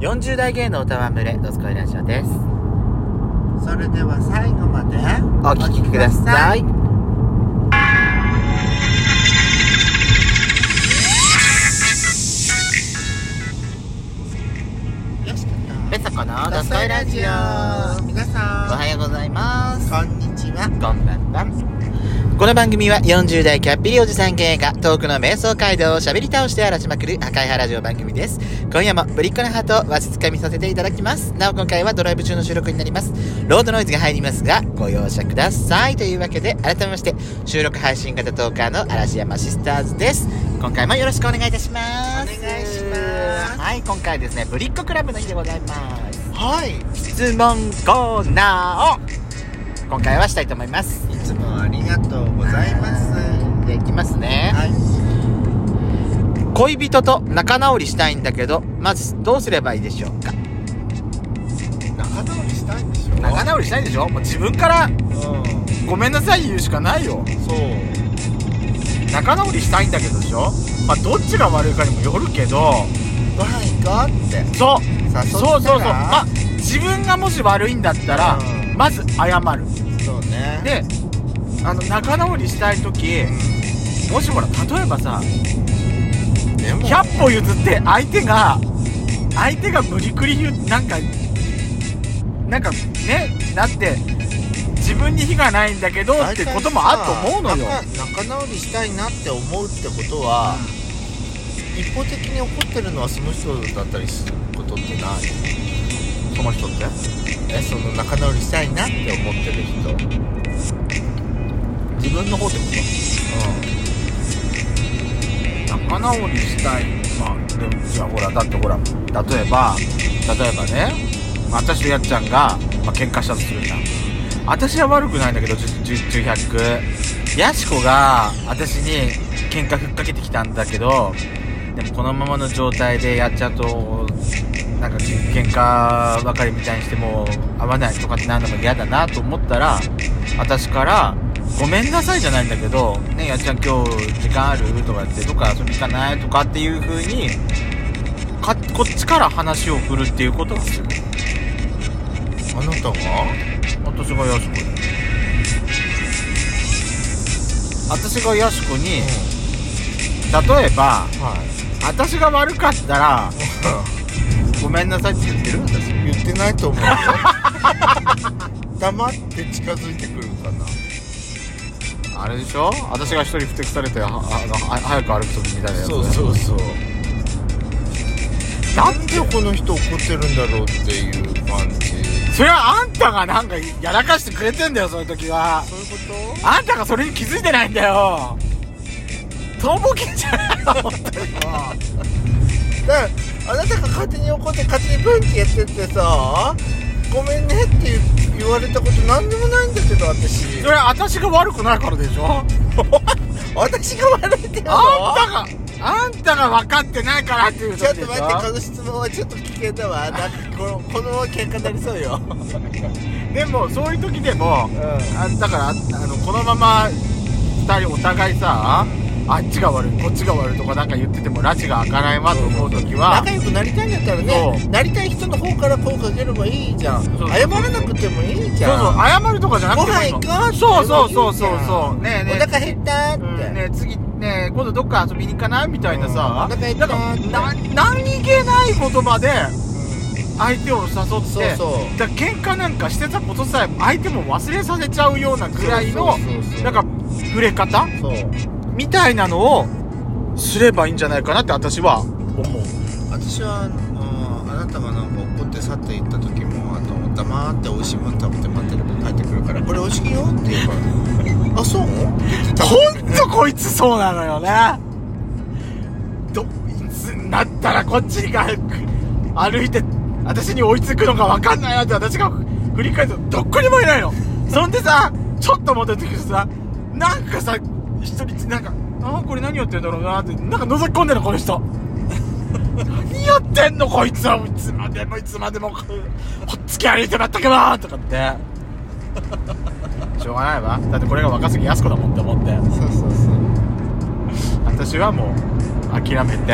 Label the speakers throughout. Speaker 1: 40代芸の歌は群れドスコイラジオです
Speaker 2: それでは最後まで
Speaker 1: お聞きください
Speaker 2: よし
Speaker 1: ペソコのドスコイラジオ
Speaker 2: 皆
Speaker 1: お
Speaker 2: さ
Speaker 1: はようございます
Speaker 2: んこんにちは
Speaker 1: こんばんはこの番組は40代キャッピリおじさん系が遠くの瞑想街道を喋り倒して荒らしまくる破壊派ラジオ番組です今夜もぶりっ子のハートをわしつかみさせていただきますなお今回はドライブ中の収録になりますロードノイズが入りますがご容赦くださいというわけで改めまして収録配信型トーカーの嵐山シスターズです今回もよろしくお願いいたします
Speaker 2: お願いします
Speaker 1: はい今回ですねぶりっ子クラブの日でございます
Speaker 2: はい
Speaker 1: 質問コーナーを今回はしたいと思います
Speaker 2: いつもありがとうございます
Speaker 1: じゃあいきますね、
Speaker 2: はい
Speaker 1: 恋人と仲直りしたいんだけどまずどうすればいいでしょうか
Speaker 2: 仲直りしたいんでしょ
Speaker 1: 仲直りしたいんでしょもう自分から
Speaker 2: うん
Speaker 1: ごめんなさい言うしかないよ
Speaker 2: そう
Speaker 1: 仲直りしたいんだけどでしょまあどっちが悪いかにもよるけど
Speaker 2: ご飯行こうって
Speaker 1: そう
Speaker 2: さあ
Speaker 1: そう
Speaker 2: そ
Speaker 1: そうう
Speaker 2: した
Speaker 1: そう
Speaker 2: ら
Speaker 1: まあ自分がもし悪いんだったら
Speaker 2: うん
Speaker 1: まず謝る
Speaker 2: そうね
Speaker 1: であの仲直りしたい時もしほら例えばさ
Speaker 2: でも
Speaker 1: 100歩譲って相手が相手が無理くり言うなんかなんかねだって自分に非がないんだけどってこともあると思うのよ
Speaker 2: 大体さ仲仲直りしたいなって思うってことは一方的に怒ってるのはその人だったりすることってない
Speaker 1: その人って
Speaker 2: えその仲直りしたいなって思ってる人
Speaker 1: 自分の方ってこと仲直りしたいまあでもじゃあほらだってほら例えば例えばねまあ私とやっちゃんが、まあ、喧嘩したとするじゃん私は悪くないんだけど1100やしこが私に喧嘩ふっかけてきたんだけどでもこのままの状態でやっちゃうとなんか喧嘩別れみたいにしても合わないとかってなるのも嫌だなと思ったら私から「ごめんなさい」じゃないんだけど「ねやっちゃん今日時間ある?」とか言って「どっか遊び行かない?」とかっていう風にかこっちから話を振るっていうことがする
Speaker 2: うんあなたが
Speaker 1: 私がやしこに私がやしこに例えば
Speaker 2: はい
Speaker 1: 私が悪かったら「ごめんなさい」って言ってる私
Speaker 2: 言ってないと思うよ黙って近づいてくるかな
Speaker 1: あれでしょ私が一人不適されてはあのは早く歩く時みたいなやつ
Speaker 2: そうそうそうなんでこの人怒ってるんだろうっていう感じ
Speaker 1: それはあんたがなんかやらかしてくれてんだよそういう時は
Speaker 2: そういうこ
Speaker 1: あんたがそれに気づいてないんだよとぼけんじゃないの本当に
Speaker 2: とだからあなたが勝手に怒って勝手にブンってやってってさごめんねって言言われたことなんでもないんだけど私
Speaker 1: それは私が悪くないからでしょ
Speaker 2: 私が悪いってこと
Speaker 1: あんたがあんたが分かってないからっていう
Speaker 2: ちょっと待ってこ
Speaker 1: っ
Speaker 2: の質問はちょっと危険だわなんかこのこのまま喧嘩になりそうよ
Speaker 1: てでもそういう時でも
Speaker 2: う
Speaker 1: あだからあのこのまま2人お互いさあっちが悪いこっちが悪いとかなんか言ってても拉致が開かないわと思う時は
Speaker 2: 仲良くなりたいんだったらね
Speaker 1: そ
Speaker 2: なりたい人の方から声かければいいじゃん
Speaker 1: そうそう
Speaker 2: 謝らなくてもいいじ
Speaker 1: そう
Speaker 2: ゃん
Speaker 1: そう謝るとかじゃなく
Speaker 2: ご
Speaker 1: てもい
Speaker 2: 飯
Speaker 1: いの
Speaker 2: 行こうって
Speaker 1: そうそうそうそうそうねえね
Speaker 2: お
Speaker 1: え
Speaker 2: 腹減ったって、
Speaker 1: うんねえ次ねえ今度どっか遊びに行かないみたいなさ、
Speaker 2: うんお腹
Speaker 1: な
Speaker 2: 痛
Speaker 1: んか
Speaker 2: い
Speaker 1: な何気ない言葉で相手を誘って
Speaker 2: そうそう
Speaker 1: だから喧嘩なんかしてたことさえ相手も忘れさせちゃうようなぐらいの
Speaker 2: そうそうそうそう
Speaker 1: なんか触れ方
Speaker 2: そう
Speaker 1: みたいなのをすればいいんじゃないかなって私は思う
Speaker 2: 私はうんあなたがなんか怒って去って行った時もあと黙って美味しいもの食べて待ってれば帰ってくるからこれ美味しいよって言うからあそう
Speaker 1: ほんとこいつそうなのよねどいつになったらこっちが歩いて私に追いつくのか分かんないなって私が振り返るとどっこにもいないのそんでさちょっと戻ってくるとさなんかさ一人なんかあーこれ何やってんだろうなってなんか覗き込んでるのこの人何やってんのこいつはいつまでもいつまでもここっつき歩いてまったけばとかってしょうがないわだってこれが若杉やす子だもんって思って
Speaker 2: そうそうそう
Speaker 1: 私はもう諦めて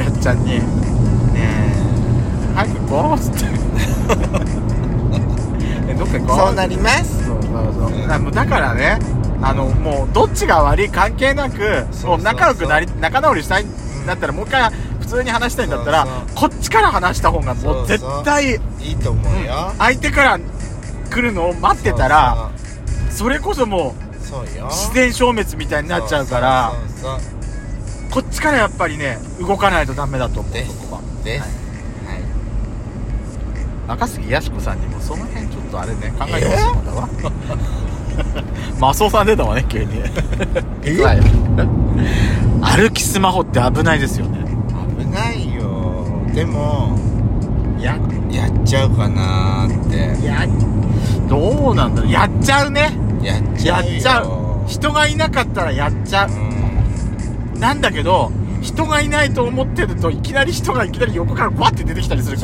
Speaker 1: やっちゃんに「ねえこう」っつって 「えどっか行こう」
Speaker 2: そうなります
Speaker 1: そうそうそううんあもうだからねあのもうどっちが悪い関係なく
Speaker 2: そう
Speaker 1: もう仲良くなり仲直りしたいん
Speaker 2: ん
Speaker 1: だったらもう一回普通に話したいんだったら
Speaker 2: そう
Speaker 1: こっちから話した方がもう
Speaker 2: そう
Speaker 1: 絶
Speaker 2: そう
Speaker 1: 対
Speaker 2: いいと思うよ、
Speaker 1: 相手から来るのを待ってたらそれこそもう
Speaker 2: そうそうよ
Speaker 1: 自然消滅みたいになっちゃうから
Speaker 2: そうそうそう
Speaker 1: こっちからやっぱりね動かないとダメだと思う
Speaker 2: です
Speaker 1: そこは
Speaker 2: です、はい
Speaker 1: 中杉やしこさんにもその辺ちょっとあれね考えてほしいんだわ、 マスオさん出たわね急に
Speaker 2: え
Speaker 1: はい 歩きスマホって危ないですよね
Speaker 2: 危ないよでもややっちゃうかなーって
Speaker 1: やどうなんだろうやっちゃうね
Speaker 2: やっち
Speaker 1: や
Speaker 2: ゃうよ
Speaker 1: っちゃう人がいなかったらやっちゃう
Speaker 2: う
Speaker 1: なんだけど人がいないと思ってるといきなり人がいきなり横からバッて出てきたりするか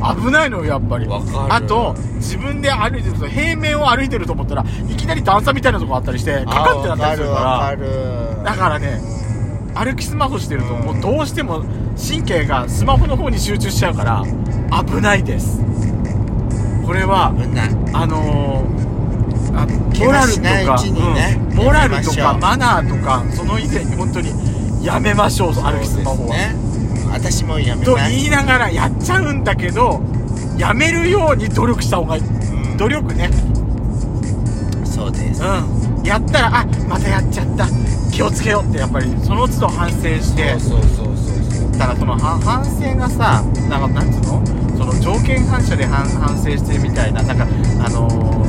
Speaker 2: そ
Speaker 1: ら危ないのよやっぱり
Speaker 2: わかる
Speaker 1: あと自分で歩いてると平面を歩いてると思ったらいきなり段差みたいなとこあったりして
Speaker 2: ん
Speaker 1: カカンってなったりする
Speaker 2: わか
Speaker 1: か
Speaker 2: るわ
Speaker 1: ら
Speaker 2: か
Speaker 1: だ
Speaker 2: る
Speaker 1: からね歩きスマホしてるともうどうしても神経がスマホの方に集中しちゃうから危ないですこれは
Speaker 2: 危ない
Speaker 1: あのーあ
Speaker 2: 怪
Speaker 1: モラ
Speaker 2: 我
Speaker 1: ルと
Speaker 2: しないう
Speaker 1: か、
Speaker 2: ちにね
Speaker 1: うんモラル
Speaker 2: やめ
Speaker 1: と
Speaker 2: ましょ
Speaker 1: か
Speaker 2: う
Speaker 1: マナーとかその以前に本当にやめましょう歩きスマホは、
Speaker 2: そうですねうん私もやめ
Speaker 1: と
Speaker 2: ます
Speaker 1: 言いながらやっちゃうんだけどやめるように努力した方がいい
Speaker 2: うん
Speaker 1: 努力ね
Speaker 2: そうです
Speaker 1: うんやったらあまたやっちゃった気をつけようってやっぱりその都度反省して
Speaker 2: そうそうそうそう
Speaker 1: だからその反反省がさなんかなんつうのその条件反射で反反省してるみたいななんかあのー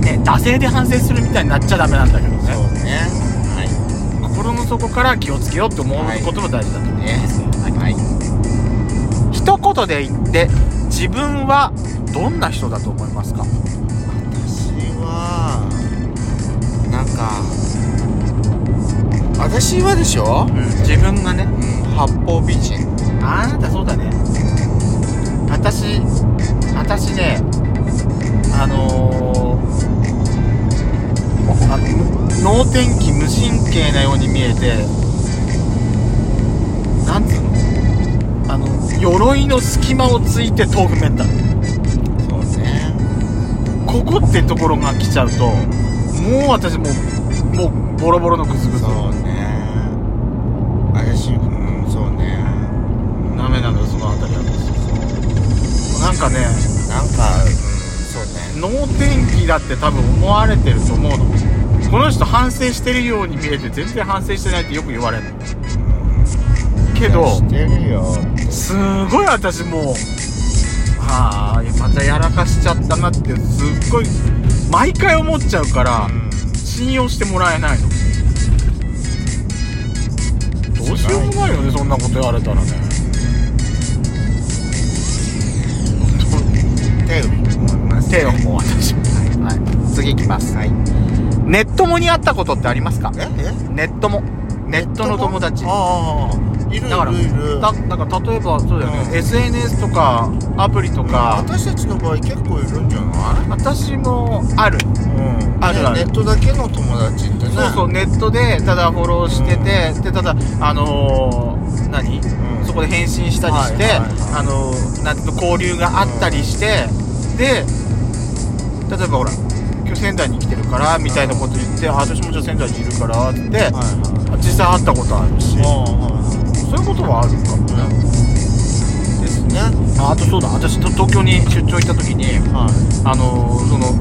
Speaker 1: ね惰性で反省するみたいになっちゃダメなんだけど
Speaker 2: そ
Speaker 1: ね
Speaker 2: うねは
Speaker 1: 心の底から気をつけようって思うことも大事だと思う、
Speaker 2: いねはい
Speaker 1: 一言で言って自分はどんな人だと思いますか
Speaker 2: 私はなんか私はでしょ、
Speaker 1: 自分がね
Speaker 2: うん、八方美人
Speaker 1: あなたそうだね私私ねあのーあ脳天気無神経なように見えてなんつうのあの鎧の隙間をついて豆腐麺だ
Speaker 2: そうね
Speaker 1: ここってところが来ちゃうともう私もうもうボロボロのグズグズ
Speaker 2: そうね私うんそうね
Speaker 1: ダメなんだよその辺りはなんかね
Speaker 2: なんか、うん、そうね
Speaker 1: 能天気だって多分思われてると思うのこの人反省してるように見えて全然反省してないってよく言われるのけ
Speaker 2: い
Speaker 1: ど
Speaker 2: やしてるよ
Speaker 1: すごい私もうああまたやらかしちゃったなってすっごい毎回思っちゃうから信用してもらえないのどうしようもないよねそんなこと言われたらね
Speaker 2: 手を思います
Speaker 1: 手をもう私はい次いきます
Speaker 2: はい
Speaker 1: ネットもにあったことってありますか
Speaker 2: ええ
Speaker 1: ネットもネットの友達
Speaker 2: ああいるい
Speaker 1: だから
Speaker 2: るいる
Speaker 1: だだから例えばそうだよね、
Speaker 2: うん
Speaker 1: SNS とかアプリとか、
Speaker 2: 私たちの場合結構いるんじゃない
Speaker 1: 私もある
Speaker 2: うん
Speaker 1: あるある
Speaker 2: ねネットだけの友達ってね
Speaker 1: そうそうネットでただフォローしてて、でただあのー何、
Speaker 2: うん
Speaker 1: そこで返信したりして、
Speaker 2: はいはいはい
Speaker 1: あのーなんていうの交流があったりして、で例えばほら今日仙台に来てるからみたいなこと言って、あ私もじゃあ仙台にいるからって、
Speaker 2: はい
Speaker 1: 実際会ったことあるし、
Speaker 2: は
Speaker 1: そういうことはあるかも
Speaker 2: いはいうんですね
Speaker 1: ああとそうだ私と東京に出張行った時に
Speaker 2: はい
Speaker 1: あのーその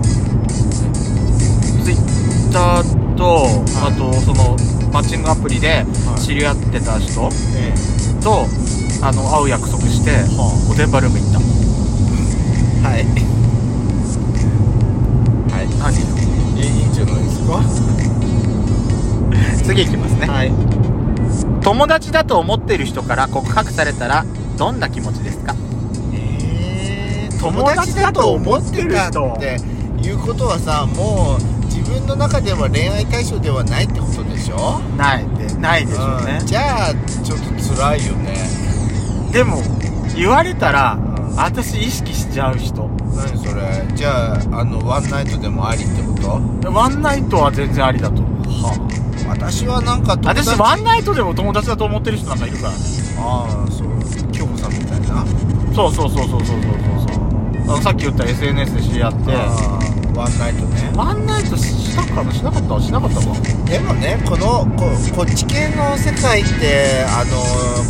Speaker 1: ツイッターと、
Speaker 2: はい
Speaker 1: あとそのマッチングアプリで
Speaker 2: はい
Speaker 1: 知り合ってた人
Speaker 2: え
Speaker 1: とあの会う約束して、
Speaker 2: は
Speaker 1: おてんばルーム行った
Speaker 2: えはい
Speaker 1: 何
Speaker 2: はいいいんじゃないですか
Speaker 1: 次行きますね、
Speaker 2: はい
Speaker 1: 友達だと思ってる人から告白されたらどんな気持ちですか
Speaker 2: えー
Speaker 1: 友達だと思ってる人
Speaker 2: っていうことはさもう自分の中では恋愛対象ではないってことでしょ
Speaker 1: ないでないでしょうね
Speaker 2: うん、じゃあちょっと辛いよね
Speaker 1: でも言われたら、
Speaker 2: うん
Speaker 1: 私意識しちゃう人
Speaker 2: 何それじゃああのワンナイトでもありってことは
Speaker 1: ワンナイトは全然ありだと思う
Speaker 2: あ私はなんか友達
Speaker 1: 私ワンナイトでも友達だと思ってる人なんかいるからね
Speaker 2: ああそう京子さんみたいな
Speaker 1: そうそうそうそうそうそうそうそうあのさっき言った SNS で知り合って
Speaker 2: あーワンナイトね
Speaker 1: ワンナイトしたかなしなかったしなかったか
Speaker 2: でもねこのここっち系の世界ってあの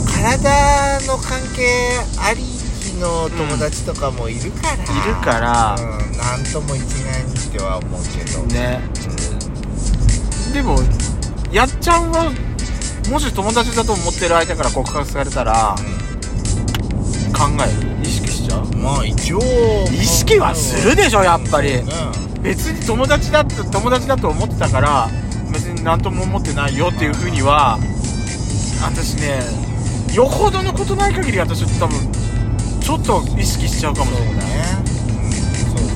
Speaker 2: 体の関係ありきの友達とかもいるから、
Speaker 1: いるから
Speaker 2: うん、なんとも一概にしては思うけど
Speaker 1: ねでもやっちゃんはもし友達だと思ってる相手から告白されたら考える意識しちゃう
Speaker 2: うんまあ一応
Speaker 1: 意識はするでしょやっぱり
Speaker 2: うん
Speaker 1: 別に友達だって友達だと思ってたから別に何とも思ってないよっていうふうには私ねよほどのことない限り私多分ちょっと意識しちゃうかもしれない
Speaker 2: ね、うん、そうで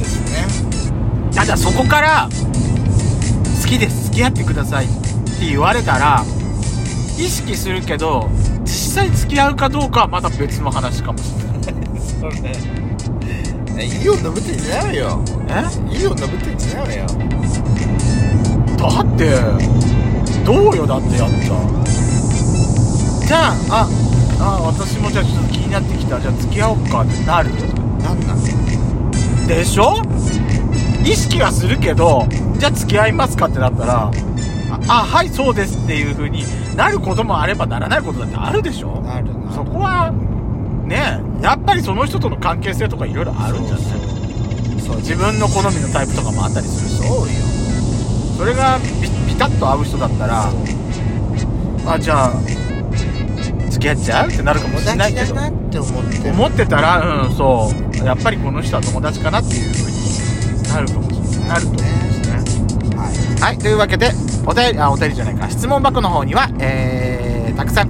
Speaker 2: すね
Speaker 1: ただそこから「好きです付き合ってください」って言われたら意識するけど実際付き合うかどうかはまた別の話かもし
Speaker 2: それねいいよ伸びてんじゃないわよ
Speaker 1: れないえ
Speaker 2: いいよ伸びてんじゃないわよ
Speaker 1: だってどうよだってやっちゃんじゃあああ私もじゃあちょっと気になってきたじゃあ付き合おうかってなる
Speaker 2: なんなん
Speaker 1: でしょ意識はするけどじゃあ付き合いますかってなったらああはいそうですっていう風になることもあればならないことだってあるでしょ
Speaker 2: なるな
Speaker 1: そこはねやっぱりその人との関係性とかいろいろあるんじゃない
Speaker 2: そう
Speaker 1: 自分の好みのタイプとかもあったりするし
Speaker 2: そうよ
Speaker 1: それがピピタッと合う人だったらあじゃあ付き合っちゃうってなるかも
Speaker 2: 友
Speaker 1: しれない
Speaker 2: 達
Speaker 1: け
Speaker 2: だ
Speaker 1: ど
Speaker 2: なって思って
Speaker 1: 思ってたらうんそうやっぱりこの人は友達かなっていうふうになるかもしれないなると思うんですね
Speaker 2: はい
Speaker 1: はい、というわけで、お便り、あ、お便りじゃないか、質問箱の方には、えー、たくさん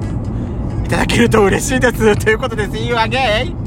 Speaker 1: いただけると嬉しいです。ということで、See you again!